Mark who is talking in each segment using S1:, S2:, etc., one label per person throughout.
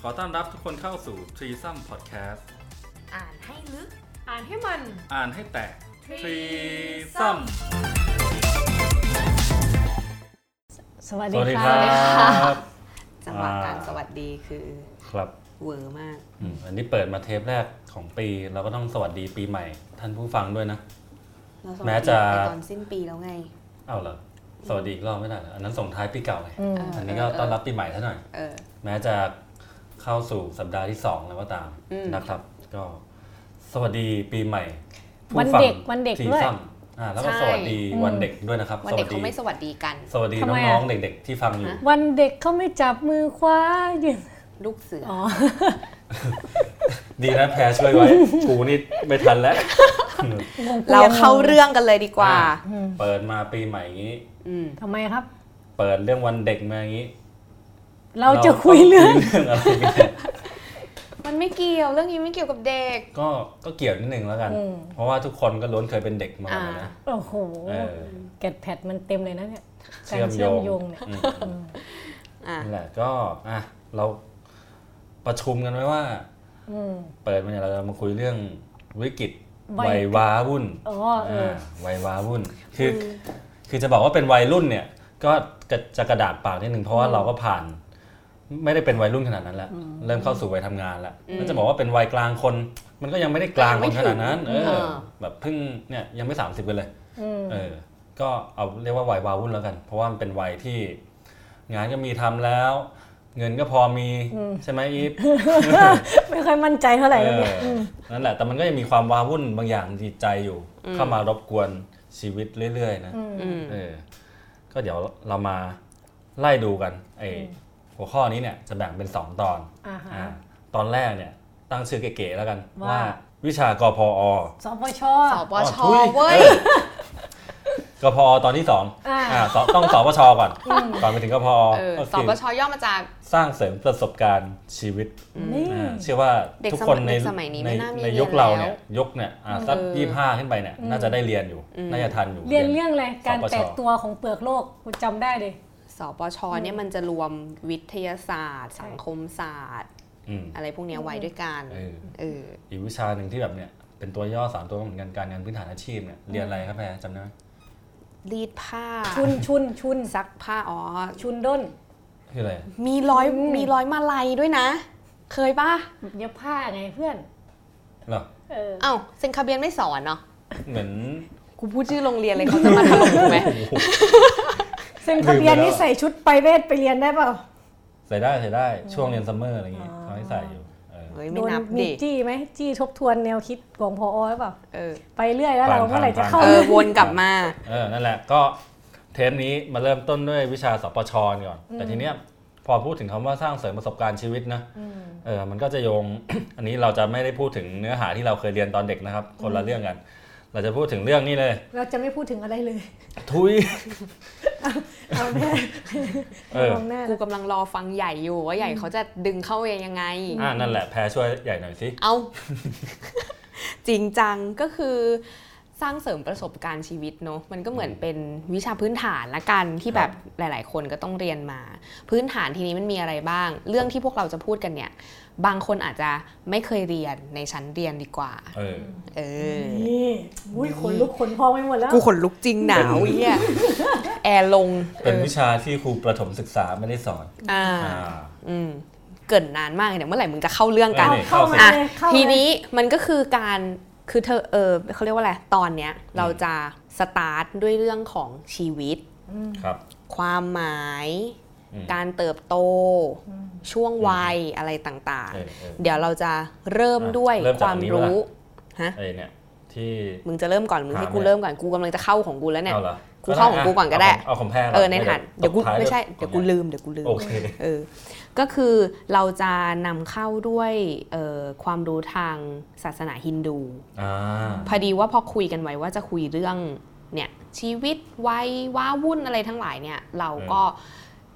S1: ขอต้อนรับทุกคนเข้าสู่ t r e e s o m Podcast
S2: อ่านให้ลึก
S3: อ่านให้มัน
S1: อ่านให้แตก
S2: Threesome
S4: สวัส
S1: ส
S4: ดี
S1: วัสดีค
S4: ค่ะ
S1: รับ
S5: จังหวะ
S1: อ่า
S5: การสวัสดีคือ
S1: ครับ
S5: เวอร์มาก
S1: อืมอันนี้เปิดมาเทปแรกของปี เราก็ต้องสวัสดีปีใหม่ ท่านผู้ฟังด้วยนะ
S5: เราสวัส
S1: แม้
S5: ดี
S1: จะ
S5: ไปตอนสิ้นปีแล้วไง
S1: เอาเหรอสวัสดีอีกรอบไม่ได้เหรออันนั้นส่งท้ายปีเก่าไง
S4: อืม
S5: เอออั
S1: อันนี้ก็ต้อนรับปีใหม่ท่านหน่อย
S5: เออ
S1: แม้จะเข้าสู่สัปดาห์ที่ 2 แล้วก็ตาม
S5: อืม
S1: นะครับ ก็สวัสดีปีใหม่
S4: วันเด็กวันเด็กด้วย
S1: ซ้ำอ่าแล้วก็สวัสดีวันเด็กด้วยนะครับ
S5: วันเด็กเขาไม่สวัสดีกัน
S1: สวัสดี
S4: ทำไม
S1: น้อง
S4: อะ
S1: ๆ เด็กๆ ที่ฟังอยู่
S5: ฮะ
S4: วันเด็กเขาไม่จับมือคว้าหยืน
S5: ลูกเสืออ
S4: อ๋อ
S1: ดีนะแพรช่วยไว้ กูนี่ไม่ทันแล้ว
S5: เราเข้าเรื่องกันเลยดีกว่า
S1: อ่ะ เปิดมาปีใหม่อย่างนี้
S5: อืม
S4: ทำไมครับ
S1: เปิดเรื่องวันเด็กมาอย่างนี้
S4: เราจะคุยเรื่อง
S1: าต้องคุยเรื่องอะไรกันเนี่ย
S5: มันไม่เกี่ยวเรื่องนี้ไม่เกี่ยวกับเด็ก
S1: ก็ก็เกี่ยวนิดนึงแล้วกัน
S4: อืม
S1: เพราะว่าทุกคนก็ล้วนเคยเป็นเด็กมาก่อน
S5: อ่า
S1: นะ
S4: โอ้โห
S1: เออ
S4: แกดแพดมันเต็มเลยนะเนี่ย
S1: เชื่อ
S4: การ
S1: ม
S4: เชื่อมโย
S1: โยง
S4: งเนี่ย
S1: อืม
S5: อ่ะ
S1: นั่นแหละก็อ่ะเราประชุมกันไว้ว่า
S4: อืม
S1: เปิดมาเนี่ยเราจะมาคุยเรื่องวิกฤต
S4: วัย
S1: วัยว้าวุ่น
S4: อ๋อเออ
S1: อ่าวัยว้าวุ่น คือ คือจะบอกว่าเป็นวัยรุ่นเนี่ย ก็กระจะกระดาษปากนิดนึงเพราะว่าเราก็ผ่าน ไม่ได้เป็นวัยรุ่นขนาดนั้นแล้ว เริ่มเข้าสู่วัยทำงานแล้วแล้วจะบอกว่าเป็นวัยกลางคน มันก็ยังไม่ได้กลางคนขนาดนั้น เออ
S4: เออ
S1: แบบเพิ่งเนี่ยยังไม่ 30กันเลย
S4: อืม
S1: เออ ก็เอาเรียกว่าวัยว้าวุ่นแล้วกัน เพราะว่ามันเป็นวัยที่ งานก็มีทำแล้ว เงินก็พอมีใช่ไหมอีฟ
S4: ไม่ค่อยมั่นใจเท่าไหร่ แล้วเนี่ย
S1: เออนั่นแหละ แต่มันก็ยังมีความว้าวุ่นบางอย่างจิตใจอยู่ เข้ามารบกวนชีวิตเรื่อยๆนะ
S5: อืม
S1: เออ ก็เดี๋ยวเรามาไล่ดูกันไอหัวข้อนี้เนี่ยจะแบ่งเป็น 2 ตอน
S4: อ่าฮะ
S1: อ่าตอนแรกเนี่ยตั้งชื่อเก๋ๆแล้วกัน
S4: ว่า
S1: ว่าวิชากพอ
S4: สปช
S5: สปช
S1: อ๋อทุ
S5: เว้ย
S1: อ อกพอตอนที่สอง
S4: อ่า
S1: อ่าสอต้องสปชก่อน ก่อนไปถึงกพอ
S5: เออ
S1: ก็
S5: ส
S1: คือ
S5: ปชย่อมาจาก
S1: สร้างเสริมประสบการณ์ชีวิต
S4: นี่
S1: อ่าเชื่อว่า
S5: เด็ก
S1: ทุก
S5: สมัย
S1: คนใน
S5: เด็กสมัยนี้
S1: ใน
S5: ไม่น่ามี
S1: ใน
S5: เรียน
S1: ยุคเราเนี่ย
S5: แล้ว
S1: ยุคเนี่ยอ่าสัก
S5: เออ
S1: ยี่ห้าขึ้นไปเนี่ยน่าจะได้เรียนอยู่ น่าจะทันอยู่
S4: เรียนเรื่องอะไร การ
S1: สปช
S4: แตกตัวของเปลือกโลกคุณจำได้เลย
S5: สปชเนี่ยมันจะรวมวิทยาศาสตร์ สังคมศาสตร์
S1: อืม
S5: อะไรพวกเนี้ยไว้ด้วยกัน
S1: เออ
S5: เออ
S1: อีกวิชาหนึ่งที่แบบเนี่ยเป็นตัวย่อสามตัวเหมือนกันการงานพื้นฐานอาชีพเนี่ยเรียนอะไรครับแพรจำได้ไหม
S5: รีดผ้า
S4: ชุนชุนชุน
S5: ซักผ้าอ๋อ
S4: ชุนด้น
S1: คืออะไร
S5: มีร้อย
S4: อืม
S5: มีร้อยมาลัยด้วยนะ เคยป่ะ
S4: เย็บผ้าไงเพื่อน
S1: เหรอ
S4: เออ
S5: เอ้าเซนคาเบียนไม่สอนเนาะ
S1: เหมือน
S5: กูพูดชื่อโรงเรียนเลยเขาจะมาถล่มกูไหม
S4: เซ็นทะเบียนนี่ใส่ชุดไปเวทไปเรียนได้เปล่า
S1: ใส่ได้ใส่ได้ช่วงเรียนซัมเมอร์อะไรอย่างงี้เขาให้ใส่อยู่เออ
S5: เฮ้ย
S4: โด
S5: ไม่
S4: น
S5: นับ
S4: มี
S5: ดิ
S4: จี้ไหมจี้ทบทวนแนวคิดของพอหรือเปล่า
S5: เออ
S4: ไปเรื่อยแล้วเรา
S1: ผ่าน
S4: เมื่อไหร่จะ
S1: ผ่าน
S4: เข้า
S5: เออวนกลับมา
S1: เออนั่นแหละก็เทปนี้มาเริ่มต้นด้วยวิชาสปชก่อน แต่ทีเนี้ยพอพูดถึงคำว่าสร้างเสริมประสบการณ์ชีวิตนะ เออ มันก็จะโยง อันนี้เราจะไม่ได้พูดถึงเนื้อหาที่เราเคยเรียนตอนเด็กนะครับ คนละเรื่องกัน เราจะพูดถึงเรื่องนี้เลย
S4: เราจะไม่พูดถึงอะไรเลย
S1: ทุย
S4: เอาแน่
S1: เออ
S4: เอาแน่
S5: กูกำลังรอฟังใหญ่อยู่ว่าใหญ่เขาจะดึงเข้าเองยังไง
S1: อ่านั่นแหละ แพ้ช่วยใหญ่หน่อยสิ
S5: เอา จริงจังก็คือสร้างเสริมประสบการณ์ชีวิตเนอะมันก็เหมือนเป็นวิชาพื้นฐานละกันที่แบบหลาย ๆ คนก็ต้องเรียนมา พื้นฐานทีนี้มันมีอะไรบ้าง เรื่องที่พวกเราจะพูดกันเนี่ย บางคนอาจจะไม่เคยเรียนในชั้นเรียนดีกว่า
S1: เออ
S5: เออ
S4: นี่อุ้ยขนลุกขนพองไปหมดแล้ว
S5: กูขนลุกจริงหนาว
S1: เป็น
S5: เหี้ยแอร์ลง
S1: เป็น
S5: ออ
S1: วิชาที่ครูประถมศึกษาไม่ได้สอน
S5: อ่า
S1: อ่า
S5: อืมเกรินนานมากเลยเนี่ยเมื่อไหร่มึงจะเข้าเรื่องกัน
S1: ออ
S4: เอาเข้ามา
S5: อ่ะ
S4: เลยเข้ามาเลย
S5: ทีนี้มันก็คือการคือเธอเออเขาเรียกว่าอะไรตอนเนี้ยเราจะสตาร์ทด้วยเรื่องของชีวิต
S1: ครับ
S5: ความหมาย
S1: อืม
S5: การเติบโต ช่วงวัยอะไรต่าง
S1: เออเออ
S5: ๆ เดี๋ยวเราจะเริ่ม
S1: อ่ะ
S5: ด้วย
S1: เริ่ม
S5: ค
S1: จาก
S5: วาม
S1: อันนี้ปะล่ะ
S5: รู้ฮะ
S1: ไอเนี่ยที่
S5: มึงจะเริ่มก่อนมึงให้
S1: ถาม
S5: กู
S1: เลย
S5: เริ่มก่อนกูกำลังจะเข้าของกูแล้วเนี่ย
S1: เอาเหรอ
S5: กูเข้าของกูก่อนก็ได้
S1: เอาของแพ้
S5: เออในฐานเดี๋ยวกูไม่ใช่เดี๋ยวกู
S1: ลืม
S5: ลืมเดี๋ยวกูลืม
S1: โอเค
S5: เออก็คือเราจะนำเข้าด้วยเอ่อความรู้ทางศาสนาฮินดู
S1: อ่า
S5: พอดีว่าพอคุยกันไว้ว่าจะคุยเรื่องเนี่ยชีวิตวัยว้าวุ่นอะไรทั้งหลายเนี่ย เราก็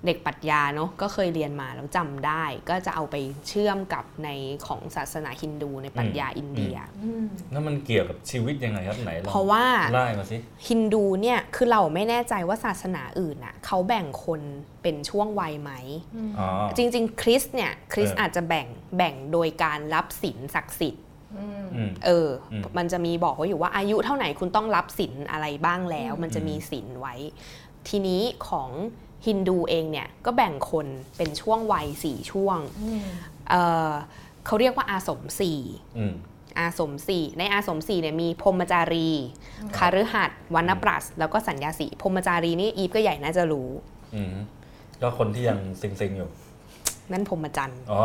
S5: เด็กปรัชญาเนาะก็เคยเรียนมาแล้วจำได้ ก็จะเอาไปเชื่อมกับในของศาสนาฮินดูในปรัชญาอินเดีย
S4: อืม
S1: แล้วมันเกี่ยวกับชีวิตยังไงครับไหนลอง
S5: เพราะว่า
S1: ไล่มาสิ
S5: ฮินดูเนี่ยคือเราไม่แน่ใจว่าศาสนาอื่นน่ะเขาแบ่งคนเป็นช่วงวัยไหม
S4: อืม
S1: อ๋อ
S5: จริง ๆ คริสต์เนี่ยคริสต์
S1: เอออ
S5: อาจจะแบ่งแบ่งโดยการรับศีลศักดิ์สิทธิ์
S4: อืม
S1: อืม
S5: เอออ
S1: ม
S5: มันจะมีบอกไว้อยู่ว่าอายุเท่าไหร่คุณต้องรับศีลอะไรบ้างแล้ว มันจะมีศีลไว้ ทีนี้ของฮินดูเองเนี่ยก็แบ่งคนเป็นช่วงวัยสี่ช่วงเออเขาเรียกว่าอาสมสี่
S1: อืม
S5: อาสมสี่ในอาสมสี่เนี่ยมีพรหมจารีคาฤหัสถ์วันปรัส แล้วก็สัญญาสีพรหมจารีนี่อีฟก็ใหญ่น่าจะรู้
S1: อืมก็คนที่ยังซิงซิงๆอยู่
S5: นั่นพรหมจันทร์
S1: อ๋อ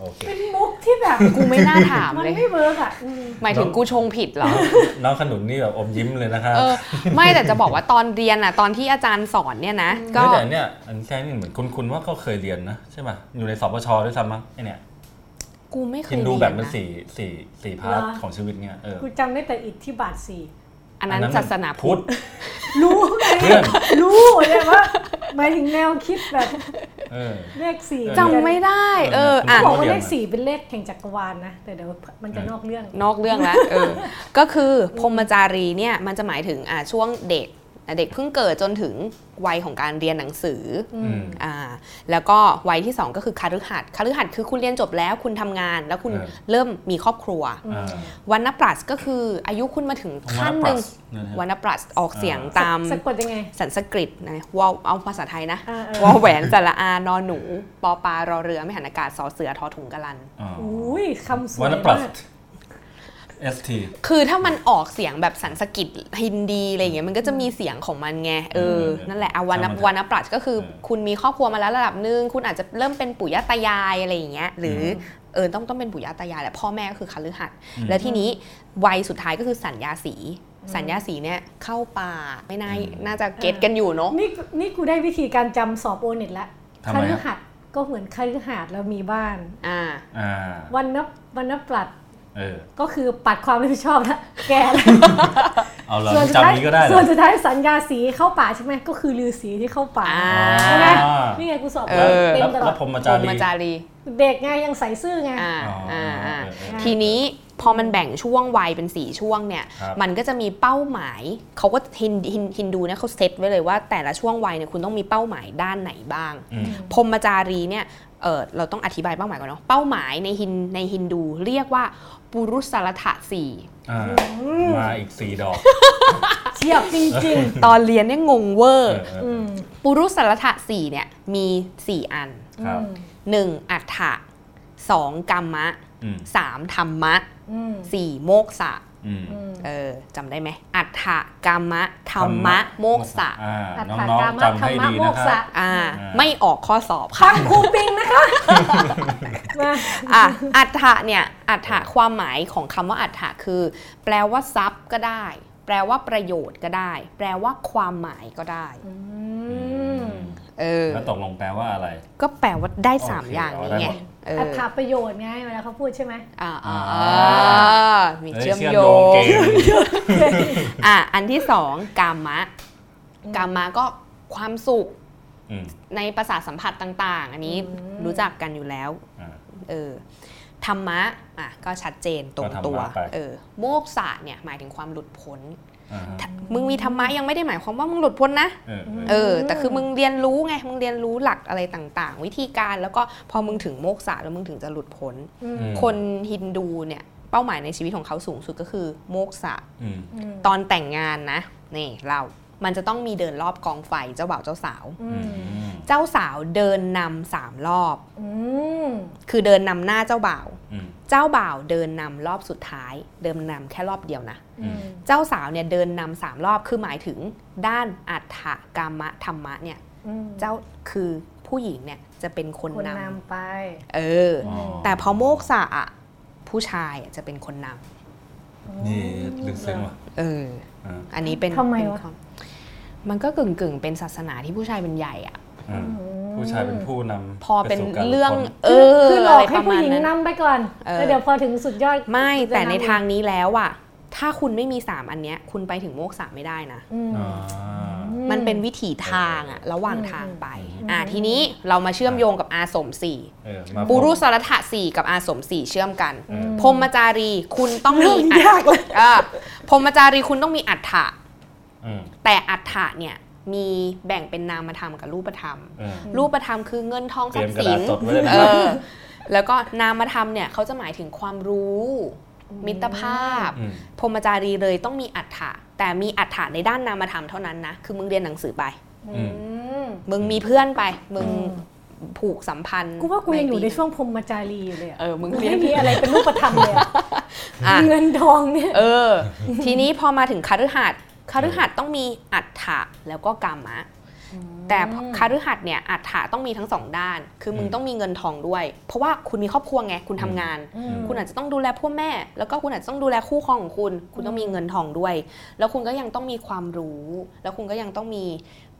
S1: โอเค
S4: เป็นมุกที่แบบ
S5: กูไม่น่าถาม
S4: มัน
S5: เลย
S4: ไม่เวิร์กอ่ะอืม
S5: หมายถึงกูชงผิดเหรอ
S1: น้องขนุนนี่แบบอมยิ้มเลยนะครับ
S5: เออ ไม่แต่จะบอกว่าตอนเรียนอ่ะ ตอนที่อาจารย์สอนเนี่ยนะ ก็
S1: เฮ้ยแต่เนี่ย อันแค่นี่เหมือนคุณคุณว่าก็เคยเรียนนะ ใช่ป่ะ อยู่ในสปชด้วยซ้ำมั้งไอเนี่ย
S5: กูไม่เคย
S1: กิน
S5: เรียน
S1: ดูแบบมัน
S5: นะ
S1: สี่สี่สี่พาร์ทของชีวิตเนี่ยเออ
S4: กูจำได้แต่อิทธิบาทสี่
S5: อันนั้นศาสนาพุทธ
S4: รู้ไง
S1: เพื่อน
S4: รู้เลยว่าหมายถึงแนวคิดแบบ
S1: เออ
S4: เลขสี่
S1: เออ
S5: จำไม่ได้ เออ
S1: เออ
S5: อ่ะ
S4: เขาบอกว่าเลขสี่เป็นเลขแห่งจักรวาลนะแต่เดี๋ยวมันจะนอกเรื่อง
S5: นอกเรื่องแล้วเออ ก็คือพรหมจารีเนี่ยมันจะหมายถึงอ่ะช่วงเด็กอ่ะเด็กเพิ่งเกิดจนถึงวัยของการเรียนหนังสืออ
S1: อืม
S5: อ่าแล้วก็วัยที่ 2 ก็คือคาฤหัสถ์คาฤหัสถ์คือคุณเรียนจบแล้วคุณทำงานแล้วคุณ
S1: เออ
S5: เริ่มมีครอบครัว
S1: อ่า
S5: วันนปรัสก็คืออายุคุณมาถึงขั้นหนึ่ง
S1: ของวัดปรัสเยะ
S5: วันนปรัสออกเสียงตาม
S4: สะกดยังไง
S5: สันสกฤตนะวอลเอาภาษาไทยนะ
S4: อ่าเอ
S5: ว
S4: อ
S5: อลแหวนสระอานอหนู ปอปลารอเรือไม่หันอากาศสอเสือทอถุงกะลัน
S1: อ๋อ
S4: อุ้ยคำสว
S1: วัน
S4: ย
S1: ละปรั
S4: มา
S1: ส
S4: ก
S1: ST
S5: คือถ้ามันออกเสียงแบบสันสกิตฮินดีอะไรอย่างเงี้ยมันก็จะมีเสียงของมันไงเออ
S1: เออ
S5: นั่นแหละอาวัน
S1: ใช่มัน
S5: วันปรัชก็คือ
S1: เออ
S5: คุณมีครอบครัวมาแล้วระดับหนึ่งคุณอาจจะเริ่มเป็นปู่ย่าตายายอะไรอย่างเงี้ยหรืออเออต้องต้องเป็นปู่ย่าตายายแหละพ่อแม่ก็คือคฤหัสถ์
S1: อืม
S5: แล้วทีนี้วัยสุดท้ายก็คือสัญญาสี สัญญาสีเนี่ยเข้าป่าไม่น่า
S1: อืม
S5: น่าจะเก็ตกันอยู่เนาะ
S4: นี่นี่กูได้วิธีการจำสอบโอเน็ตละ
S1: ทำ
S4: ค
S1: ไมค
S4: ฤ
S1: รับ
S4: หัสถ์ก็เหมือนคฤหัสถ์เรามีบ้าน
S5: อ่า
S1: อ่า
S4: วันนับวันนับปรัด
S1: เออ
S4: ก็คือปัดความรับผิดชอบละแกละ
S1: เอาเหรอ
S4: ส่วนสุดท้า
S1: จำ
S4: ย
S1: นี้ก็ได้เหรอ
S4: ส่วนสุดท้ายสัญญาสีเข้าป่าใช่ไหมก็คือลือสีที่เข้าป่า
S5: อ่า
S4: ใช่ไหม
S1: อ่า
S4: นี่ไงกูสอบ
S5: เออ
S4: เต็
S1: แล้ว
S4: มตล
S1: แล้
S4: อ
S1: ว
S4: ด
S1: พรหม
S5: จา
S1: จา
S5: รี
S1: รี
S5: จารี
S4: เด็กไงยังใส่ซื่อไง
S5: อ่า
S1: อ๋ออ่
S5: อ่าอ่า
S1: เออเออ
S5: ทีนี้พอมันแบ่งช่วงวัยเป็นสี่ช่วงเนี่ย
S1: ครับ
S5: มันก็จะมีเป้าหมายเขาก็ฮินฮินฮินดูเนี่ยเขาเซตไว้เลยว่าแต่ละช่วงวัยเนี่ยคุณต้องมีเป้าหมายด้านไหนบ้าง
S1: อืม
S5: พรหมจารีเนี่ยเออเราต้องอธิบายเป้าหมายก่อนเนาะเป้าหมายในฮินในฮินดูเรียกว่าปุรุสารถะสี่
S1: อ่ามาอีกสี่ดอก
S4: เฉียบจริง
S5: ตอนเรียนเนี่ยงงเว
S1: เอ
S5: อ
S1: อ
S5: ร์
S1: เอ
S4: ๆ อื
S1: อ
S4: ม
S5: ปุรุสารถะสี่เนี่ยมี 4 อัน
S1: ครับ
S5: 1. อัฏฐะ 2. กรรมะ
S1: อืม
S5: 3. ธรรมะ
S4: อืม
S5: 4. โมกษะ
S1: อืม
S4: อืม
S5: เออจำได้ไหม อัฏฐกามะธรรมะ โมกษะ
S1: อ่า
S4: อัต
S1: น้
S4: ถ
S1: อง
S4: กาม
S1: ๆ
S4: ธรร
S1: จำ
S4: มะ
S1: ให้ดี
S4: โม
S1: นะ
S4: ก
S1: ครั
S4: ษะ
S1: บ
S5: อ่า
S1: อ่า
S5: ไม่ออกข้อสอบ
S4: ฟั
S5: ค่ะ
S4: งครูปิงนะคะมา
S5: อ่ะอัฏฐะเนี่ยอัฏฐะความหมายของคำว่าอัฏฐะคือ แปลว่าทรัพย์ก็ได้ แปลว่าประโยชน์ก็ได้ แปลว่าความหมายก็ได้
S4: อืม
S5: เออ
S1: แล้วตกลงแปลว่าอะไร
S5: ก็แปลว่าได้
S1: โอเค
S5: 3 อย่างนี้
S1: เอาได้
S5: ไง
S1: หมด
S5: เออ
S4: อัตถประโยชน์ไงเวลาเขาพูดใช่ไหม
S5: อ่า
S1: อ่า
S5: อ่ามี
S1: อ้
S5: เชื่อมโย
S1: เก
S5: ง
S1: ม
S5: อ่ะอันที่สองกามะกามะก็ความสุข
S1: อืม
S5: ในประสาทสัมผัสต่าง ๆ อันนี้
S4: อืม
S5: รู้จักกันอยู่แล้ว
S1: อ่า
S5: เออ ธรรมะ อ่ะ ก็ชัดเจนตรง
S1: ก็ธรรมะ
S5: ตัว
S1: ไป
S5: เออ โมกษะเนี่ย หมายถึงความหลุดพ้น
S1: อ่าฮะ
S5: มึงมีธรรมะยังไม่ได้หมายความว่ามึงหลุดพ้นนะ
S1: เออเออ
S5: เออ แต่คือมึงเรียนรู้ไง มึงเรียนรู้หลักอะไรต่าง ๆ วิธีการ แล้วก็พอมึงถึงโมกษะแล้วมึงถึงจะหลุดพ้น
S4: อืม
S1: อืม
S5: คนฮินดูเนี่ย เป้าหมายในชีวิตของเขาสูงสุดก็คือโมกษะ
S1: อืม
S4: อืม
S5: ตอนแต่งงานนะ นี่เรา มันจะต้องมีเดินรอบกองไฟเจ้าบ่าวเจ้าสาว
S4: อื
S1: อื
S4: ม
S1: ม
S5: เจ้าสาวเดินนำสามรอบ
S4: อืม
S5: คือเดินนำหน้าเจ้าบ่าว
S1: อืม
S5: เจ้าบ่าวเดินนำรอบสุดท้าย เดินนำแค่รอบเดียวนะ
S1: อืม
S5: เจ้าสาวเนี่ยเดินนำสามรอบคือหมายถึงด้านอัฏฐกามะธรรมะเนี่ย
S4: อืม
S5: เจ้าคือผู้หญิงเนี่ยจะเป็นคน
S4: คน
S5: นำ
S4: นำไป
S5: เอออ
S1: อ๋อ
S5: แต่พอโมกษะอะผู้ชายอะจะเป็นคนนำ
S1: นี่ลึกซึ้งว่ะ
S5: เออ
S1: อ่า
S5: อันนี้เป็น
S4: ทำไม
S5: เป็น
S4: วะ
S5: ความันก็กึ่งกึ่งๆเป็นศาสนาที่ผู้ชายเป็นใหญ่อะ
S1: อ่า
S4: อืม
S1: ผู้ชายเป็นผู้นำ
S5: พอเป็น
S1: ไสู่การ
S5: เรื่อง
S1: หลุดพ้น
S5: เออ
S4: คือหลอก
S5: ะไร
S4: ให้
S5: ประ
S4: ผู้
S5: มาณ
S4: หญิง
S5: นั้น
S4: นำไปก่อน
S5: เออ
S4: แล้วเดี๋ยวพอถึงสุดยอด
S5: ไม่
S4: จะ
S5: แต่ใน
S4: ำ
S5: ทางนี้แล้วอะถ้าคุณไม่มีสามอันเนี้ยคุณไปถึงโมกษะไม่ได้นะ
S4: อืม
S1: อ่า
S5: มัน มันเป็นวิถีทางอะระหว่างทางไป
S4: อืม
S5: อ่ะทีนี้เรามาเชื่อมโยงกับอาสมสี่
S1: เออมา
S5: ปุรุสรัฐะสี่กับอาสมสี่เชื่อมกัน
S1: เออ
S5: พรหมจารีคุณต้องมี
S4: เริ่
S5: อั
S4: มยากเลย
S5: เออพรหมจารีคุณต้องมีอัฏฐะ
S1: อืม
S5: แต่อัฏฐะเนี่ยมีแบ่งเป็นนามธรรมกับรูปธรรม
S1: เออ
S5: รูปธรรมคือเงินทองทรัพย์
S1: เต
S5: สิน
S1: รียมกระดาษจดไว้เลยนะ
S5: เออแล้วก็นามธรรมเนี่ยเขาจะหมายถึงความรู้ มิตรภาพ
S1: อืม
S5: พรหมจารีเลยต้องมีอัฏฐะแต่มีอัฏฐะในด้านนามธรรมเท่านั้นนะ คือมึงเรียนหนังสือไป
S1: อืม
S5: มึงมีเพื่อนไป มึง
S4: อืม
S5: ผูกสัมพันธ์
S4: กูว่ากูยังอยู่ในช่
S5: ไมต
S4: วงพรหมจารีอยู่เลย
S5: รี
S4: อะ
S5: เออ มึง
S4: กู
S5: เรียน
S4: ไม่มีอะไรเป็นรูปธรรมเลยอะ
S5: อ่ะ
S4: เงินทองเนี่ย
S5: เออ ทีนี้พอมาถึงคฤหัสถ์คฤหัสถ์ต้องมีอัฏฐะแล้วก็กรรมะ แต่คฤหัสถ์เนี่ยอัฏฐะต้องมีทั้งสองด้าน คือมึง
S1: อืม
S5: ต้องมีเงินทองด้วย เพราะว่าคุณมีครอบครัวไง คุณทำงาน
S4: อืม
S5: คุณอาจจะต้องดูแลพ่อแม่ แล้วก็คุณอาจจะต้องดูแลคู่ครองของคุณ คุณต้องมีเงินทองด้วย แล้วคุณก็ยังต้องมีความรู้ แล้วคุณก็ยังต้องมี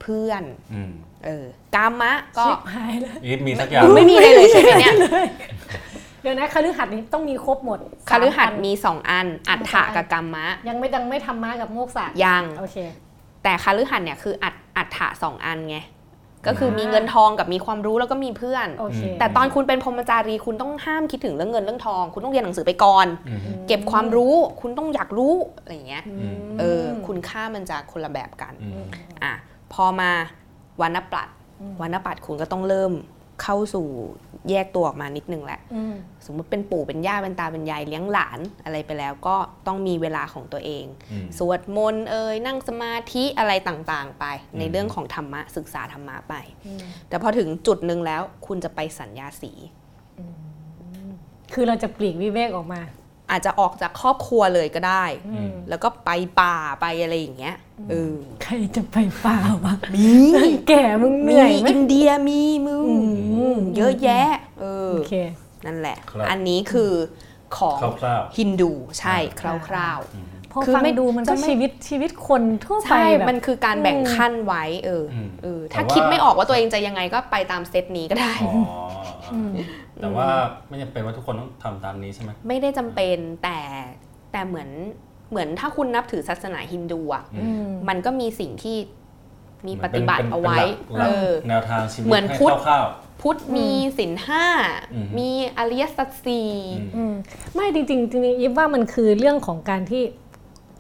S5: เพื่อน
S1: อืม
S5: เออกามะก็
S4: ชิบหายแล้ว
S1: อีฟมีสักอย่าง
S5: ไม่มีอะไรเลยใช่ไหมเนี่ย
S4: เดี๋ยวนะคฤหัสถ์นี้ต้องมีครบหมด
S5: คฤหัสถ์
S4: สามอัน
S5: มีสองอัน อัฏฐะกับกามะ
S4: ยังไม่ดังไม่ธรรมะกับโมกษะ
S5: ยัง
S4: โอเค
S5: แต่คฤหัสถ์เนี่ยคืออัฏอัฏฐะสองอันไง ก็คือมีเงินทองกับมีความรู้แล้วก็มีเพื่อน
S4: โอเค
S5: แต่ตอนคุณเป็นพรหมจารีคุณต้องห้ามคิดถึงเรื่องเงินเรื่องทอง คุณต้องเรียนหนังสือไปก่อน
S1: อืม
S5: เก็บความรู้ คุณต้องอยากรู้อะไรอย่างเงี้ย
S4: อืม
S5: เออ คุณค่ามันจะคนละแบบกัน
S1: อืม
S5: อ่ะ พอมาวรรณปรัดวรรณปรัดคุณก็ต้องเริ่มเข้าสู่แยกตัวออกมานิดนึงแหละ
S4: อืม
S5: สมมติเป็นปู่เป็นย่าเป็นตาเป็นยายเลี้ยงหลานอะไรไปแล้วก็ต้องมีเวลาของตัวเอง
S1: อืม
S5: สวดมนต์เอ่ยนั่งสมาธิอะไรต่างๆ ไป
S1: อืม
S5: ในเรื่องของธรรมะศึกษาธรรมะไป
S4: อืม
S5: แต่พอถึงจุดหนึ่งแล้วคุณจะไปสัญญาสี
S4: คือเราจะปลีกวิเวกออกมา
S5: อาจจะออกจากครอบครัวเลยก็ได้
S4: อืม
S5: แล้วก็ไปป่าไปอะไรอย่างเงี้ยเออ
S4: ใครจะไปป่าวะ
S5: มี
S4: แก่มึงเหนื่อยไหม
S5: อินเดียมีมึง
S4: อืม
S5: เยอะแยะเออ
S4: โอเค
S5: นั่นแหละ
S1: ครับ
S5: อันนี้คือของ
S1: คร่าว
S5: ฮินดูใช่ค
S4: อ่า
S5: ร่าว
S4: พอ
S5: คือ
S4: ฟัง
S5: ไม่
S4: ดูมัน
S5: จะ
S4: ก็
S5: ไม่
S4: ชีวิตชีวิตคนทั่ว
S5: ๆ
S4: ไป
S5: ใช่
S4: แบบ
S5: มันคือการแบ่ง
S4: อืม
S5: ขั้นไว้เอออ
S1: ม
S5: เออถ้า
S1: แต่ว่า
S5: คิดไม่ออกว่าตัวเองจะยังไงก็ไปตามเซตนี้ก็ได้
S1: ๆอ๋ออ
S4: ม
S1: แต่ว่าไม่จำเป็นว่าทุกคนต้องทำตามนี้ใช่ไหม
S5: ไม่ได้จำเป็นแต่แต่เหมือนเหมือนถ้าคุณนับถือศาสนาฮินดูอ่ะ
S1: อื
S4: อืม
S5: มันก็มีสิ่งที่มีปฏิบัติเอาไว้
S1: ป็นหลัก
S5: เออ
S1: แนวทางชีวิต
S5: เหมือน
S1: ให้
S5: พุทธ
S1: คร่าว
S5: พุทธมีศีลห้า
S1: อืม
S5: มีอริยสัจสี่
S1: ๆอืม
S4: อืมไม่จริงๆจริงๆยิบว่ามันคือเรื่องของการที่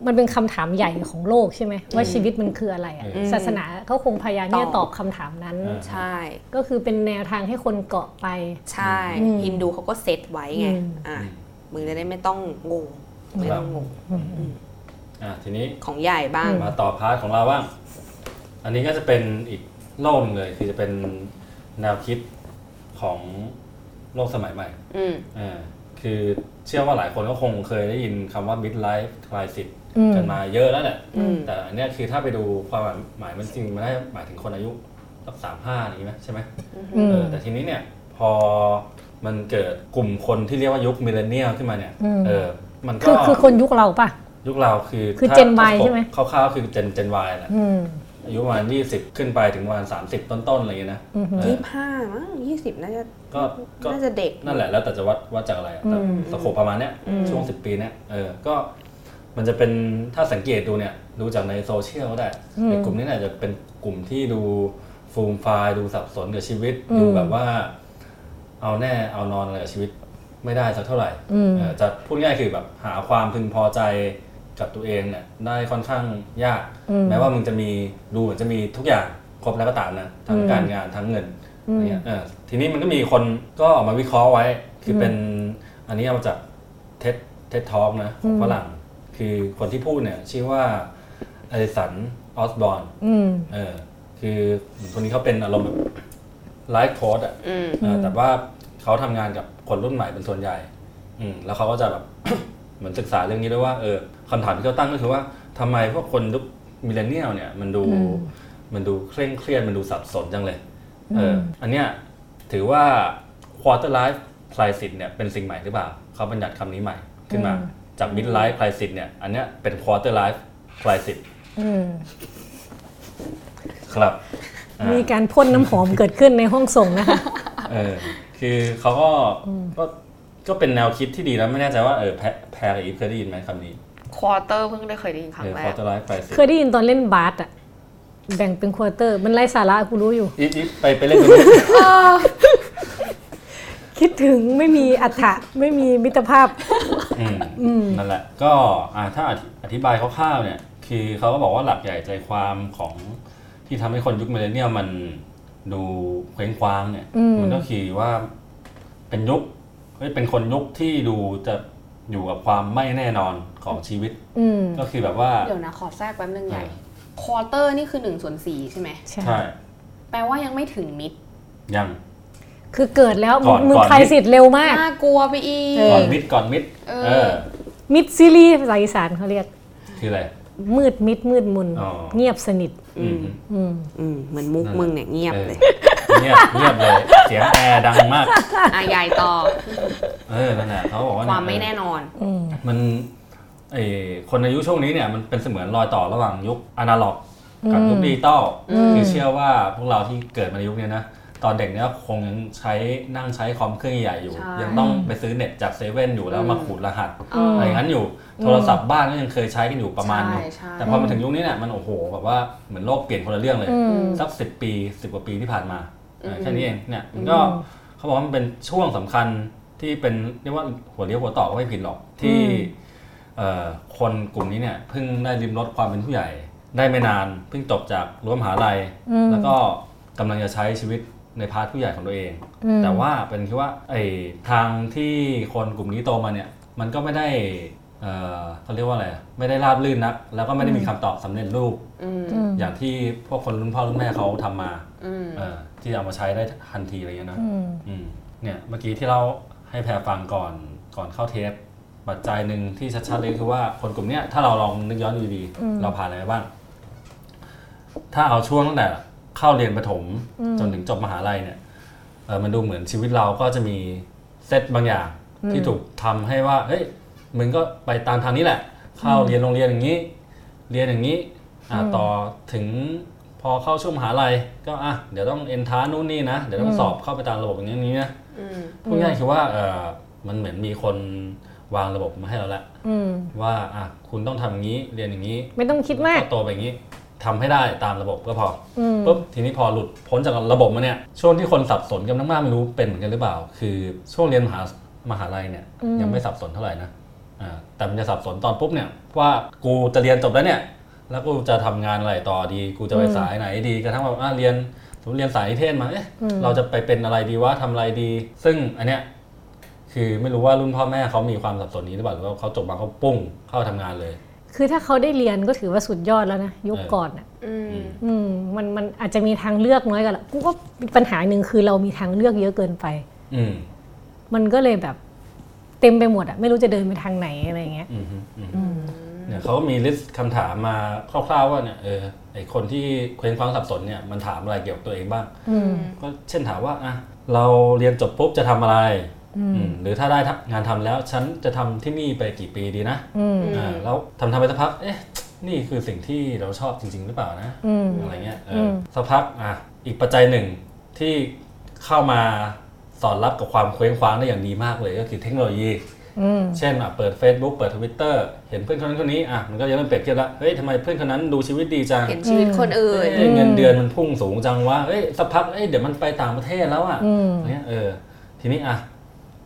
S4: มันเป็นคำถามใหญ่ของโลกใช่ไหมว่าชีวิตมันคืออะไรอะ
S1: อืม
S4: ศาสนาเขาคงพยายามที่จะ
S5: ต
S4: ต
S5: อ
S4: อบ บคำถามนั้น
S1: อ่า
S5: ใช่
S4: ก็คือเป็นแนวทางให้คนเกาะไป
S5: ใช่
S4: อืม
S5: ฮินดูเขาก็เซตไว้ไง
S4: อืม
S5: อ่ะมึงจะได้ไม่ต้องงงไม่ต้องงง
S1: อ่ะทีนี้
S5: ของใหญ่บ้าง
S1: มาต่อพาร์ทของเราบ้าง อันนี้ก็จะเป็นอีกโลกหนึงเลยคือจะเป็นแนวคิดของโลกสมัยใหม่
S5: อืม
S1: อ่าคือเชื่อว่าหลายคนก็คงเคยได้ยินคำว่า midlife crisis
S4: อืม
S1: กันมาเยอะแล้วแหละ
S5: อืม
S1: แต่อันเนี้ยคือถ้าไปดูความหมายมันจริงมันได้หมายถึงคนอายุสักสามห้าอย่างนี้ไหมใช่ไหม
S4: อื
S1: เอ
S4: ม
S1: อแต่ทีนี้เนี่ยพอมันเกิดกลุ่มคนที่เรียกว่ายุคมิเลเนียลขึ้นมาเนี่ยเออมันก็
S4: คือคือคนยุคเราปะ
S1: ยุคเราคือ
S4: คือ
S1: ถ้า
S4: Gen Y
S1: ถ้า
S4: ใช่ไหม
S1: คร่าวๆคือเจนเจนวายแหละ
S4: อืม
S1: อายุประมาณยี่สิบขึ้นไปถึงประมาณสามสิบต้นๆอะไรอย่างเงี้ยนะ
S4: อือฮึ
S1: เออ
S5: ยี่สิบห้ามั้งยี่สิบน่าจะ
S1: ก็ก็
S5: น่าจะเด็ก
S1: นั่นแหละแล้วแต่จะวัดวัดจากอะไรอะแต่
S4: อืม
S1: สโคปประมาณเนี้ย
S5: อืม
S1: ช่วง 10 ปีเนี้ยเออก็มันจะเป็นถ้าสังเกตดูเนี่ย ดูจากในโซเชียลก็ได้ในกลุ่มนี้เนี่ยจะเป็นกลุ่มที่ดูฟูมไฟายดูสับสนกับชีวิต ดูแบบว่า เอาแน่เอานอนอะไรกับชีวิตไม่ได้สักเท่าไหร่เออจะพูดง่ายคือแบบหาความพึงพอใจกับตัวเองเนี่ยได้ค่อนข้างยาก แม้ว่ามึงจะมีดูเหมือนจะมีทุกอย่างครบแล้วก็ตามนะทั้งการงานทั้งเงิน อะไรเงี้ยเออทีนี้มันก็มีคนก็ออกมาวิเคราะห์ไว้ คือเป็นอันนี้เอามาจากเท็ดเท็ดทอกนะของฝรั่ง คือคนที่พูดเนี่ยชื่อว่าอลิสันออสบอน
S4: อืม
S1: เออคือเหมือนคนนี้เขาเป็นอารมณ์แบบไลฟ์โค้ดอ่ะ
S5: อืม
S1: เออแต่ว่าเขาทำงานกับคนรุ่นใหม่เป็นส่วนใหญ่อืมแล้วเขาก็จะแบบ เหมือนศึกษาเรื่องนี้ด้วยว่าเออคำถามที่เขาตั้งก็คือว่าทำไมพวกคนยุคมิเลเนียลเนี่ยมันดู มันดูเคร่งเครียดมันดูสับสนจังเลย เออ อันเนี้ยถือว่า quarter life crisis เนี่ยเป็นสิ่งใหม่หรือเปล่า เขาบัญญัติคำนี้ใหม่ขึ้นมา
S4: อืม
S1: จาก mid life crisis เนี่ย อันเนี้ยเป็น quarter life crisis
S4: อืม
S1: ครับอ่า
S4: มีการพ่นน้ำหอมเกิดขึ้นในห้องส่งนะคะ
S1: เออคือเขาก็ก็ก็เป็นแนวคิดที่ดีแล้วไม่แน่ใจว่าเออแพแพรกับอีฟเคยได้ยินไหมคำนี้
S5: ควอเตอร์เพิ่งได้เคยได้ยินครั้
S1: เอง อ
S5: แรก
S1: quarter life crisis
S4: เคยได้ยินตอนเล่นบาสอะ แบ่งเป็นควอเตอร์ มันไร้สาระกูรู้อยู่
S1: อีฟอีฟไปไปเล่นกัน
S4: คิดถึงไม่มีอัฐะไม่มีมิตรภาพ
S1: อืมนั่นแหละก็อ่าถ้าอธิอธิบายคร่าวๆเนี่ย คือเขาก็บอกว่าหลักใหญ่ใจความของที่ทำให้คนยุคมิเลเนียลมันดูเคว้งคว้างเนี่ย
S4: อืม
S1: นก็คือว่าเป็นยุคเฮ้ยเป็นคนยุคที่ดูจะอยู่กับความไม่แน่นอนของชีวิต
S4: อืม
S1: ก็คือแบบว่า
S5: เดี๋ยวนะขอแทรกแป๊บนึงใหญ่
S1: อ่
S5: ควอเตอร์นี่คือ1นส่วนสใช่ไหม
S4: ใช่
S1: ใช่
S5: แปลว่ายังไม่ถึงมิด
S1: ยัง
S4: คือเกิดแล้ว
S1: ก่
S4: มึ
S1: อง น
S4: มึง
S1: ก่อน
S4: ใครสิทธิ์เร็วมาก
S5: น่ากลัวไปอีก
S4: เอ
S1: ก่อนมิดก่อนมิด
S5: เออ
S1: เออ
S4: มิดซีรีส์ภาษาอีสานเขาเรียก
S1: คืออะไร
S4: มืดมิดมืดมุน
S1: อ๋อ
S4: เงียบสนิท
S1: อืม
S4: อืม
S5: อืมเหมือนมุกมึงเนี่ยเงียบ
S1: ออ
S5: เลย
S1: เงียบเงียบ เลย เสียงแอร์ดังมาก
S5: อ่ะใหญ่ต่อ
S1: เออนั่นแหละเขาบอกว่า
S5: ค
S1: เนี่ย
S5: วามไม่แน่นอน
S4: อืม
S1: มันไอคนอายุช่วงนี้เนี่ยมันเป็นเสมือนรอยต่อระหว่างยุคอนาล็อก กับยุคดิจิตอล
S4: อืม
S1: คือเชื่อว่าพวกเราที่เกิดมาในยุคเนี้ยนะ ตอนเด็กเนี่ยคงยังใช้นั่งใช้คอมเครื่องใหญ่ๆอยู่
S5: ใช่
S1: ยังต้องไปซื้อเน็ตจากเซเว่นอยู่แล้วมาขูดรหัส
S5: เออ
S1: อะไรอย่างนั้นอยู่โทรศัพท์บ้านก็ยังเคยใช้กันอยู่ประมาณหนึง
S5: ใช่ใช่
S1: แต่พอมาถึงยุคนี้เนี่ยมันโอ้โหแบบว่าเหมือนโลกเปลี่ยนคนละเรื่องเลย
S4: อืม
S1: สักสิบปีสิบกว่าปีที่ผ่านมาเออแค่นี้เองเนี่ยมันก็เขาบอกว่ามันเป็นช่วงสำคัญที่เป็นเรียกว่าหัวเลี้ยวหัวต่อก็ไม่ผิดหรอกที่เอ่อคนกลุ่มนี้เนี่ยเพิ่งได้ริมรสความเป็นผู้ใหญ่ ได้ไม่นานเพิ่งจบจากรั้วมหาลัย
S4: อืม
S1: แล้วก็กำลังจะใช้ชีวิตในพาร์ทผู้ใหญ่ของตัวเอง
S4: อืม
S1: แต่ว่าเป็นคิดว่าไอ้ทางที่คนกลุ่มนี้โตมาเนี่ยมันก็ไม่ได้เอ่อเขาเรียกว่าอะไรไม่ได้ราบรื่นนักแล้วก็ไม่ได้มีคำตอบสำเร็จรูป
S5: อืม
S4: อืม
S1: อย่างที่พวกคนรุ่นพ่อรุ่นแม่เขาทำมา
S5: อืม
S1: เออที่เอามาใช้ได้ทันทีอะไรเงี้ยนะ
S4: อืม
S1: อืมเนี่ยเมื่อกี้ที่เราให้แพรฟังก่อนก่อนเข้าเทปปัจจัยหนึ่งที่ชัดๆเลยคือว่าคนกลุ่มเนี้ยถ้าเราลองนึกย้อนดูดีๆ
S4: อืม
S1: เราผ่านอะไรมาบ้าง ถ้าเอาช่วงตั้งแต่เข้าเรียนประถม
S4: อืม
S1: จนถึงจบมหาลัยเนี่ยเออมันดูเหมือนชีวิตเราก็จะมีเซตบางอย่างที่ถูกทำให้ว่าเฮ้ยมึงก็ไปตามทางนี้แหละ เข้าเรียนโรงเรียนอย่างนี้ เรียนอย่างนี้อ่าต่อถึงพอเข้าช่วงมหาลัยก็อ่ะเดี๋ยวต้องเอนทานู่นนี่นะ เดี๋ยวต้องสอบเข้าไปตามระบบอย่างนี้นี้นะ
S5: อืม
S1: พูดง่ายๆคือว่าเออมันเหมือนมีคนวางระบบมาให้เราแล้ว
S4: อืม
S1: ว่าอ่ะคุณต้องทำอย่างนี้เรียนอย่างนี้
S4: ไม่ต้องคิดมาก
S1: โตไปอย่างนี้ทำให้ได้ตามระบบก็พอ
S4: อืม
S1: ปุ๊บทีนี้พอหลุดพ้นจากระบบมาเนี่ยช่วงที่คนสับสนกันมากๆไม่รู้เป็นเหมือนกันหรือเปล่า คือช่วงเรียนมหามหาลัยเนี่ย
S4: อืม
S1: ยังไม่สับสนเท่าไหร่นะอ่าแต่มันจะสับสนตอนปุ๊บเนี่ยว่ากูจะเรียนจบแล้วเนี่ย แล้วกูจะทำงานอะไรต่อดี กูจะไปสายไหนดี กระทั่งแบบอ่ะเรียนสมมติเรียนสายนิเทศมาเอ๊ะ
S4: อืม
S1: เราจะไปเป็นอะไรดีวะทำอะไรดี ซึ่งอันเนี้ยคือไม่รู้ว่ารุ่นพ่อแม่เขามีความสับสนนี้หรือเปล่าหรือว่าเขาจบมาเขาปุ้งเข้าทำงานเลย
S4: คือถ้าเขาได้เรียนก็ถือว่าสุดยอดแล้วนะ ยุค
S1: เออ
S4: ก่อนอ่ะ
S5: อืม
S4: อืมมันมันอาจจะมีทางเลือกน้อยกว่าละกูก็ปัญหาหนึ่งคือเรามีทางเลือกเยอะเกินไป
S1: อืม
S4: มันก็เลยแบบเต็มไปหมดอ่ะ ไม่รู้จะเดินไปทางไหนอะไรอย่างเงี้ย
S1: อืมอืมอืมเนี่ยเขาก็มีลิสต์คำถามมาคร่าวๆว่าเนี่ยเออไอคนที่เคว้งคว้างสับสนเนี่ยมันถามอะไรเกี่ยวกับตัวเองบ้าง
S4: อืม
S1: ก็เช่นถามว่าอ่ะเราเรียนจบปุ๊บจะทำอะไร
S4: อืม
S1: อืมหรือถ้าได้งานทำแล้วฉันจะทำที่นี่ไปกี่ปีดีนะ
S4: อืม
S1: อ่าแล้วทำทำไปสักพัก เอ๊ะ นี่คือสิ่งที่เราชอบจริง ๆ หรือเปล่านะ
S4: อืม
S1: อะไรเงี้ยเออ
S4: ม
S1: สักพักอ่ะอีกปัจจัยหนึ่งที่เข้ามาสอดรับกับความเคว้งคว้างได้อย่างดีมากเลยก็คือเทคโนโลยี
S4: อืม
S1: เช่นอ่ะเปิด Facebook เปิด Twitter เห็นเพื่อนคนนั้นคนนี้อ่ะมันก็ยังเริ่มเปรียบเทียบละเฮ้ยทำไมเพื่อนคนนั้นดูชีวิตดีจัง
S5: เห็นชีวิตคนอื่น
S1: เอ้ยเงินเดือนมันพุ่งสูงจังวะเอ้ยสักพักเอ้ยเดี๋ยวมันไปต่างประเทศแล้วอ่ะ
S4: อืม
S1: อะไรเงี้ยเออทีนี้อ่ะ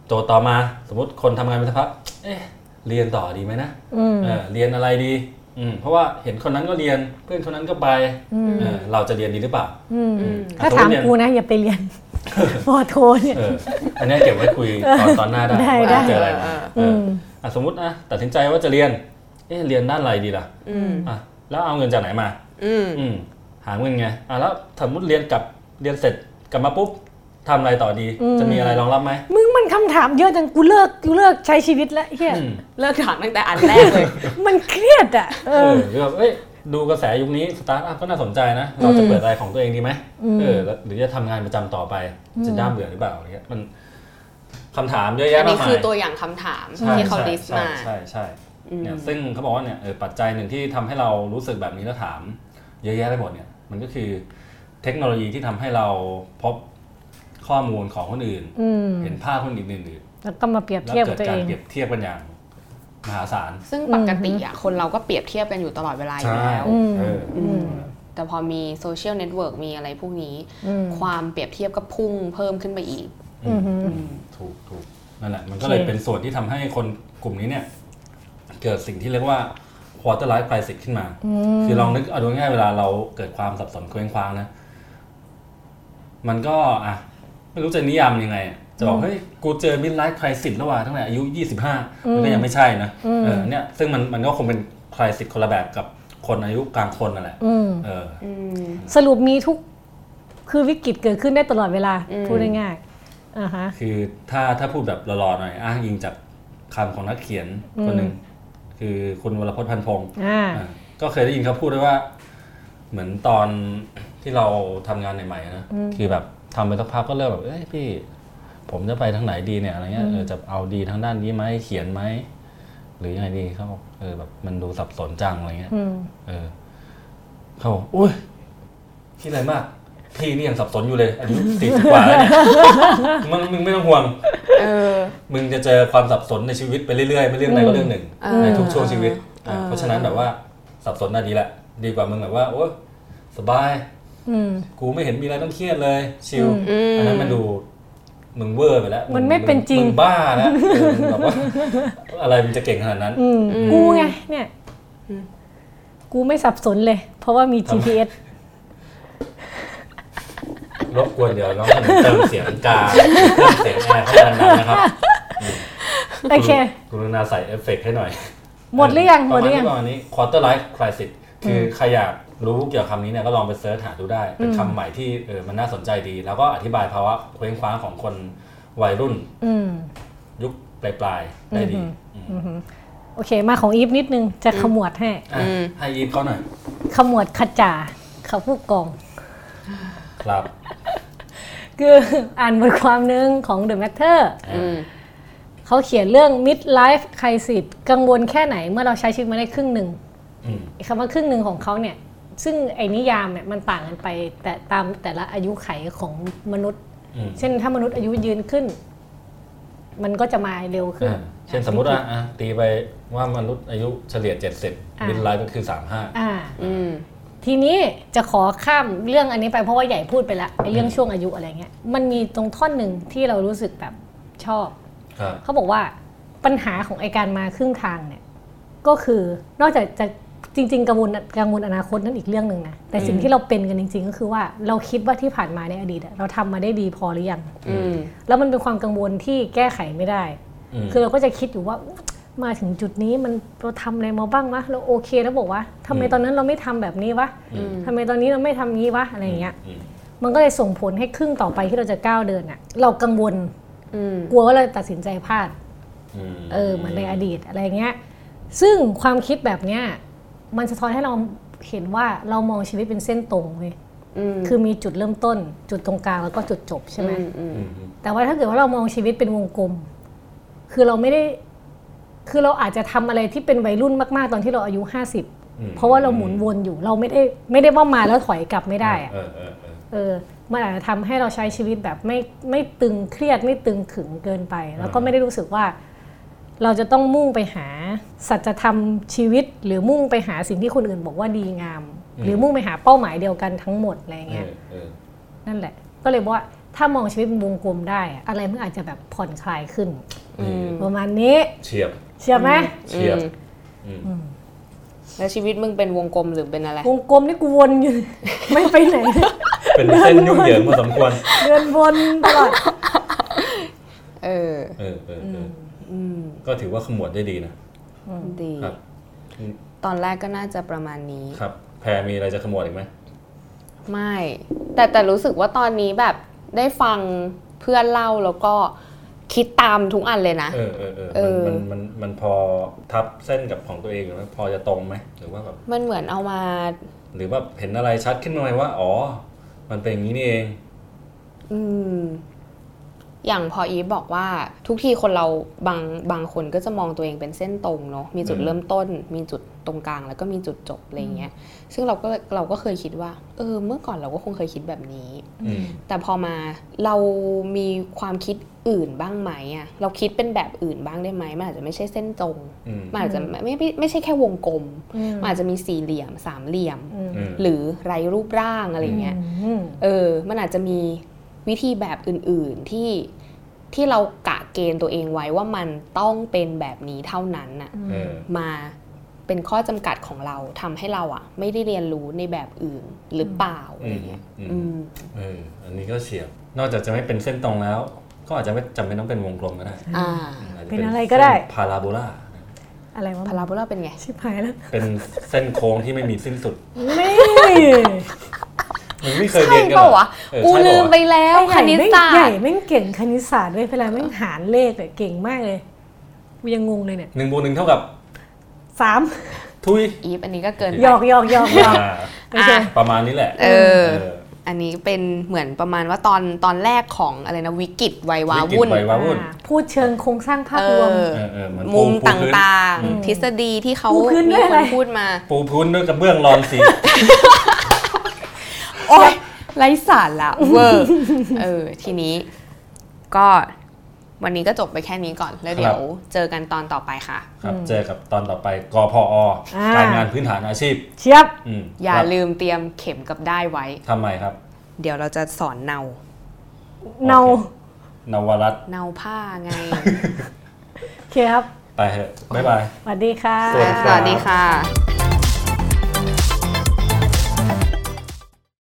S1: โจทย์ต่อมาสมมติคนทำงานไปสักพักเอ๊ะเรียนต่อดีไหมนะ
S4: อืม
S1: เออเรียนอะไรดีอืมเพราะว่าเห็นคนนั้นก็เรียนเพื่อนคนนั้นก็ไปเออเราจะเรียนดีหรือเปล่า
S4: อืม
S1: อืม
S4: ถ้าถาม
S1: อ่ะสติเรียน
S4: กูนะ อย่าไปเรียน พอโทเนี่ย
S1: เอออันนี้เก็บไว้คุยตอนตอนหน้าได้
S4: ได้
S1: ว่า
S4: ได้
S1: เจออะไรมาเอออ
S4: ม
S1: อ่ะสมมตินะตัดสินใจว่าจะเรียนเอ๊ะเรียนด้านอะไรดีล่ะ
S5: อืม
S1: อ่ะแล้วเอาเงินจากไหนมา
S5: อืม
S1: อืมหาเงินไงอ่ะแล้วสมมติเรียนกลับเรียนเสร็จกลับมาปุ๊บทำอะไรต่อดี จะมีอะไรรองรับไหม
S4: มึงมันคำถามเยอะจังกูเลิกกูเลิกใช้ชีวิตแล้วเฮีย
S1: อืม
S5: เลิกถามตั้งแต่อันแรกเลย
S4: มันเครียดอ่ะ เอ
S1: เอ
S4: อ
S1: อหรือแบบเอ้ยดูกระแสยุคนี้สตาร์ทอัพก็น่าสนใจนะ เราจะเปิดอะไรของตัวเองดีไหมเออแล้วหรือจะทำงานประจำต่อไป จะน่าเบื่อหรือเปล่าอะไรเงี้ยมันคำถามเยอะ
S5: อั
S1: แยะ
S5: น
S1: มา
S5: นี้
S1: กมาย
S5: คือตัวอย่างคำถาม
S1: ใช่
S5: ที่เขา
S1: ใช่
S5: ลิสต์
S1: ใช่
S5: มา
S1: ใช่ใช่
S5: อืม
S1: เนี่ยซึ่งเขาบอกว่าเนี่ยเออปัจจัยหนึ่งที่ทำให้เรารู้สึกแบบนี้แล้วถาม เยอะแยะไปหมดเนี่ยมันก็คือเทคโนโลยีที่ทำให้เราพบข้อมูลของคนอื่น
S4: อืม
S1: เห็นภาพคนอื่น
S4: แล้วก็มาเปรียบ
S1: ๆแล้ว
S4: เทียบ
S1: เกิด
S4: ตัว
S1: กา
S4: เอ
S1: รง เปรียบเทียบกันอย่างมหาศาล
S5: ซึ่งปกติอ่ะคนเราก็เปรียบเทียบกันอยู่ตลอดเวลาอยู่แล้ว
S1: เอออ
S5: แต่ แต่พอมีโซเชียลเน็ตเวิร์กมีอะไรพวกนี้
S4: อืม
S5: ความเปรียบเทียบก็พุ่งเพิ่มขึ้นไปอีก
S4: อืม
S1: ถูกถูกนั่นแหละ มันก็เลย
S4: โอเค
S1: เป็นส่วนที่ทำให้คนกลุ่มนี้เนี่ย เกิดสิ่งที่เรียกว่า quarter life crisis ขึ้นมา คือลองนึกเอาดูง่ายๆเวลาเราเกิดความสับสนเคว้งคว้างนะ มันก็อ่ะ ไม่รู้จะนิยามยังไงอะจะบอกเฮ้ยกูเจอ midlife crisis แล้วว่ะตั้งแต่อายุ 25 มันก็ยังไม่ใช่นะเออเนี่ยซึ่งมันมันก็คงเป็น crisis คนละแบบกับคนอายุกลางคนนั่นแหละ
S4: อืม
S1: เออ
S4: สรุปมีทุกคือวิกฤตเกิดขึ้นได้ตลอดเวลา
S5: อืม
S4: พูดง่ายๆอ่าฮะ
S1: คือถ้าถ้าพูดแบบหล่อๆหน่อย อ้างอิงจากคำของนักเขียนคนหนึ่งคือคุณวรพจน์พันธุ์พงศ์
S4: อ่า
S1: อ่ะก็เคยได้ยินเขาพูดด้วยว่า เหมือนตอนที่เราทำงานใหม่ๆนะคือแบบทำไปสักพักก็เริ่มแบบเอ้ยพี่ ผมจะไปทางไหนดีเนี่ยอะไรเงี้ยเออจะเอาดีทางด้านนี้ไหมเขียนไหมหรือยังไงดีเขาบอกเออแบบมันดูสับสนจังอะไรเงี้ย
S4: อืม
S1: เออเขาบอกอุ้ยคิดอะไรมาก พี่นี่ยังสับสนอยู่เลยอายุ สี่สิบกว่าแล้วเนี่ยมึงมึงไม่ต้องห่วง
S5: เออ
S1: มึงจะเจอความสับสนในชีวิตไปเรื่อยๆไม่เรื่องใดก็เรื่องหนึ่ง
S5: เออ
S1: ในทุกช่วงชีวิต
S5: เออ
S1: อ่ะเพราะฉะนั้นแบบว่าสับสนน่ะดีแหละ ดีกว่ามึงแบบว่า โอ้สบาย
S4: อืม
S1: กูไม่เห็นมีอะไรต้องเครียดเลยชิล
S4: อืม
S5: อืม
S1: อันนั้นมันดูมึงเวอร์ไปแล้ว
S4: มันไม่เป็นจริง
S1: มึงบ้าแล้วเออมึงแบบว่า อะไรมันจะเก่งขนาดนั้น
S4: อืมกูไงเนี่ย กูไม่สับสนเลย เพราะว่ามี GPS
S1: รบกวนเดี๋ยวน้องขนมเติมเสียงกาเติมเสียงแอร์เข้ามาหนานนะครับ
S4: โอเค
S1: กรุณาใส่เอฟเฟกต์ให้หน่อย
S4: หมดหรือยังหมดหรือยัง
S1: ประมาณนี้ quarter life crisis คือใครอยากรู้เกี่ยวกับคำนี้เนี่ยก็ลองไปเสิร์ชหาดูได้ เป็นคำใหม่ที่เออมันน่าสนใจดี แล้วก็อธิบายภาวะเคว้งคว้างของคนวัยรุ่น
S4: อืม
S1: ยุคปลายๆได้ดีอืม
S4: โอเค มาของอีฟนิดนึง จะขมวดให้
S1: อ่ะให้อีฟเขาหน่อย
S4: ขมวดขจาเขาผู้กอง
S1: ครับ
S4: คืออ่านบทความหนึ่งของ The Matter
S5: อืม
S4: เขาเขียนเรื่อง midlife crisis กังวลแค่ไหนเมื่อเราใช้ชีวิตมาได้ครึ่งหนึ่ง
S1: อืม
S4: คำว่าครึ่งหนึ่งของเขาเนี่ย ซึ่งไอ้นิยามเนี่ยมันต่างกันไป แต่ตามแต่ละอายุไขของมนุษย์
S1: อืม
S4: เช่นถ้ามนุษย์อายุยืนขึ้น มันก็จะมาเร็วขึ้น
S1: อ่ะเช่นสมมติว่าอ่ะตีไปว่ามนุษย์อายุเฉลี่ย 70
S4: อ่ะ
S1: บินไลฟ์ก็คือ
S4: อ่า
S5: อืม
S4: ทีนี้จะขอข้ามเรื่องอันนี้ไปเพราะว่าใหญ่พูดไปละไอ้เรื่องช่วงอายุอะไรเงี้ยมันมีตรงท่อนหนึ่งที่เรารู้สึกแบบชอบ
S1: 35ครับ
S4: เขาบอกว่าปัญหาของไอการมาครึ่งทางเนี่ยก็คือนอกจากจะจริง ๆกังวลกังวลอนาคตนั่นอีกเรื่องหนึ่งนะแต่สิ่งที่เราเป็นกันจริง ๆ ก็คือว่าเราคิดว่าที่ผ่านมาในอดีตอะเราทำมาได้ดีพอหรือยัง
S5: อืม
S4: แล้วมันเป็นความกังวลที่แก้ไขไม่ได้
S1: อืม
S4: คือเราก็จะคิดอยู่ว่ามาถึงจุดนี้มันเราทำอะไรมาบ้างวะเราโอเคแล้วบอกว่าทำไม
S1: อืม
S4: ตอนนั้นเราไม่ทำแบบนี้วะ
S1: อืม
S4: ทำไมตอนนี้เราไม่ทำงี้วะอะไรอย่างเงี้ย
S1: อืม
S4: มันก็เลยส่งผลให้ครึ่งต่อไปที่เราจะก้าวเดินอะเรากังวล
S5: อืม
S4: กลัวว่าเราจะตัดสินใจพลาด
S1: ม
S4: เออเหมือนในอดีตอะไรเงี้ย ซึ่งความคิดแบบเนี้ยมันสะท้อนให้เราเห็นว่าเรามองชีวิตเป็นเส้นตรงเว้ย
S5: อืม
S4: คือมีจุดเริ่มต้น จุดตรงกลางแล้วก็จุดจบใช่ไหม
S5: อืม
S1: อืมอืม
S4: แต่ว่าถ้าเกิดว่าเรามองชีวิตเป็นวงกลม คือเราไม่ได้คือเราอาจจะทำอะไรที่เป็นวัยรุ่นมากๆ ตอนที่เราอายุ 50
S1: อืม
S4: เพราะว่าเราหมุนวนอยู่เราไม่ได้ไม่ได้ว่ามาแล้วถอยกลับไม่ได้อะ
S1: เออเออเออ
S4: เออมันอาจจะทำให้เราใช้ชีวิตแบบไม่ไม่ตึงเครียดไม่ตึงขึงเกินไป แล้วก็ไม่ได้รู้สึกว่า เราจะต้องมุ่งไปหาสัจธรรมชีวิต หรือมุ่งไปหาสิ่งที่คนอื่นบอกว่าดีงาม หรือมุ่งไปหาเป้าหมายเดียวกันทั้งหมดอะไร
S1: เอ
S4: เงี้ย
S1: อเออ
S4: นั่นแหละ ก็เลยบอกว่าถ้ามองชีวิตเป็นวงกลมได้อะอะไรมันอาจจะแบบผ่อนคลายขึ้น
S1: นี่
S4: ประมาณนี้
S1: เฉียบ
S4: เชื่อไหม
S1: เฉียบ
S5: อืม
S1: อืม
S5: แล้วชีวิตมึงเป็นวงกลมหรือเป็นอะไร
S4: วงกลมนี่กูวนอยู่ ไม่ไปไหน
S1: เป็นเส้นยุ่งเหยิงพอสมควร
S4: เดินวนตลอด
S5: เออ
S1: เออเออเออ
S5: อืม
S1: ก็ถือว่าขมวดได้ดีนะ
S5: ดี
S1: ครับ
S5: ตอนแรกก็น่าจะประมาณนี้
S1: ครับ แพรมีอะไรจะขมวดอีกไหม
S5: ไม่ แต่แต่รู้สึกว่าตอนนี้แบบได้ฟังเพื่อนเล่าแล้วก็คิดตามทุกอันเลยนะ
S1: เออเออเออ
S5: เออ
S1: มันมันมันมันพอทับเส้นกับของตัวเองหรือว่าพอจะตรงไหมหรือว่าแบบ
S5: มันเหมือนเอามา
S1: หรือว่าเห็นอะไรชัดขึ้นมาไหมว่า อ๋อ มันเป็นอย่างนี้นี่เอง
S5: อืมอย่างพออีฟบอกว่าทุกทีคนเราบางบางคนก็จะมองตัวเองเป็นเส้นตรงเนาะมีจุด
S1: อืม
S5: เริ่มต้น มีจุด ตรงกลางแล้วก็มีจุดจบอะไรเงี้ยซึ่งเราก็เราก็เคยคิดว่าเออเมื่อก่อนเราก็คงเคยคิดแบบนี้
S1: อืม
S5: แต่พอมาเรามีความคิดอื่นบ้างไหมอะเราคิดเป็นแบบอื่นบ้างได้ไหมมันอาจจะไม่ใช่เส้นตรง
S1: อืม
S5: มันอาจจะไม่ไม่ไม่ไม่ใช่แค่วงกลม
S4: อืม
S5: มันอาจจะมีสี่เหลี่ยมสามเหลี่ยม
S4: อืม
S5: หรือไรรูปร่างอะไรเงี้ย
S4: อืม
S5: เออ มันอาจจะมีวิธีแบบอื่นๆที่ที่เรากะเกณฑ์ตัวเองไว้ว่ามันต้องเป็นแบบนี้เท่านั้นน่ะ
S1: เออ
S5: มาเป็นข้อจำกัดของเราทำให้เราอะไม่ได้เรียนรู้ในแบบอื่นหรือเปล่าอะไรเงี้ย
S1: อืม
S5: อืม
S1: เอออันนี้ก็เฉียบ นอกจากจะไม่เป็นเส้นตรงแล้ว ก็อาจจะไม่จำเป็นต้องเป็นวงกลมก็ได้
S5: อ่า
S1: าจจ
S4: เป็นอะไรก็ได้
S1: พาราโบลา
S4: อะไรวะ
S5: พาราโบลาเป็นไง
S4: ชิบหายแล้ว
S1: เป็นเส้นโค้งที่ไม่มีสิ้นสุด
S4: นี่
S1: มึงไม่เคยเรียนกัน
S5: ใช่
S1: เหร
S5: ปะ
S1: อ
S5: วะ
S1: เออ
S5: กู
S1: ใช่ปะวะ
S5: ลืมไปแล้วคณิตศา
S4: ใหญ่
S5: สตร์
S4: แม่งเก่งคณิตศาสตร์ด้วยเวลาแม่งหารเลขเนี่ยเก่งมากเลยกูยังงงเลยเนี่ย
S1: หนึ่งบวกหนึ่งเท่ากับ
S4: สาม
S1: ทุย
S5: อีฟอันนี้ก็เกิน
S4: หยอกหยอกหยอกหยอก
S1: อ่า
S4: โอเค
S1: ประมาณนี้แหละ
S5: เออ
S1: เออ
S5: อันนี้เป็นเหมือนประมาณว่าตอนตอนแรกของอะไรนะวิกฤตไวยวา
S1: วิกฤต
S5: วุ่น
S1: ไว้วาวุ่น
S4: อ่าพูดเชิงโครงสร้างภาพ
S5: เอ
S4: รวม
S5: อ
S1: เออเออเหอน
S5: มุม
S1: ปู
S5: ต
S1: พื้น่
S5: าง
S4: อืม
S5: ๆ ทฤษฎีที่เขา
S4: ปูพื้น
S5: มี
S4: ด้ว
S5: ค
S4: ยอะไร
S5: นพูดมา
S1: ปูพื้นด้วยกระเบื้องรอนสี
S5: โอ้ยไร้สารละเวอร์เออ ทีนี้ก็วันนี้ก็จบไปแค่นี้ก่อน แล้วเดี๋ยว
S1: ครับ
S5: เจอกันตอนต่อไปค่ะ
S1: ครับ
S4: อืม
S1: เจอกับตอนต่อไปกพอ
S4: อ่า
S1: การงานพื้นฐานอาชีพ
S4: เชียบ
S1: อืม
S5: อย่า
S1: ครับ
S5: ลืมเตรียมเข็มกับได้ายไว้
S1: ทำไมครับ
S5: เดี๋ยวเราจะสอนเนา
S4: เนา
S1: โอเนวรัตน์
S5: เนาผ้าไง
S4: โอเคครับ
S1: ไปเถอะบ๊ายบาย
S4: สวัสดีค่ะ
S1: สวัสดี
S5: สวัสดีค่ะ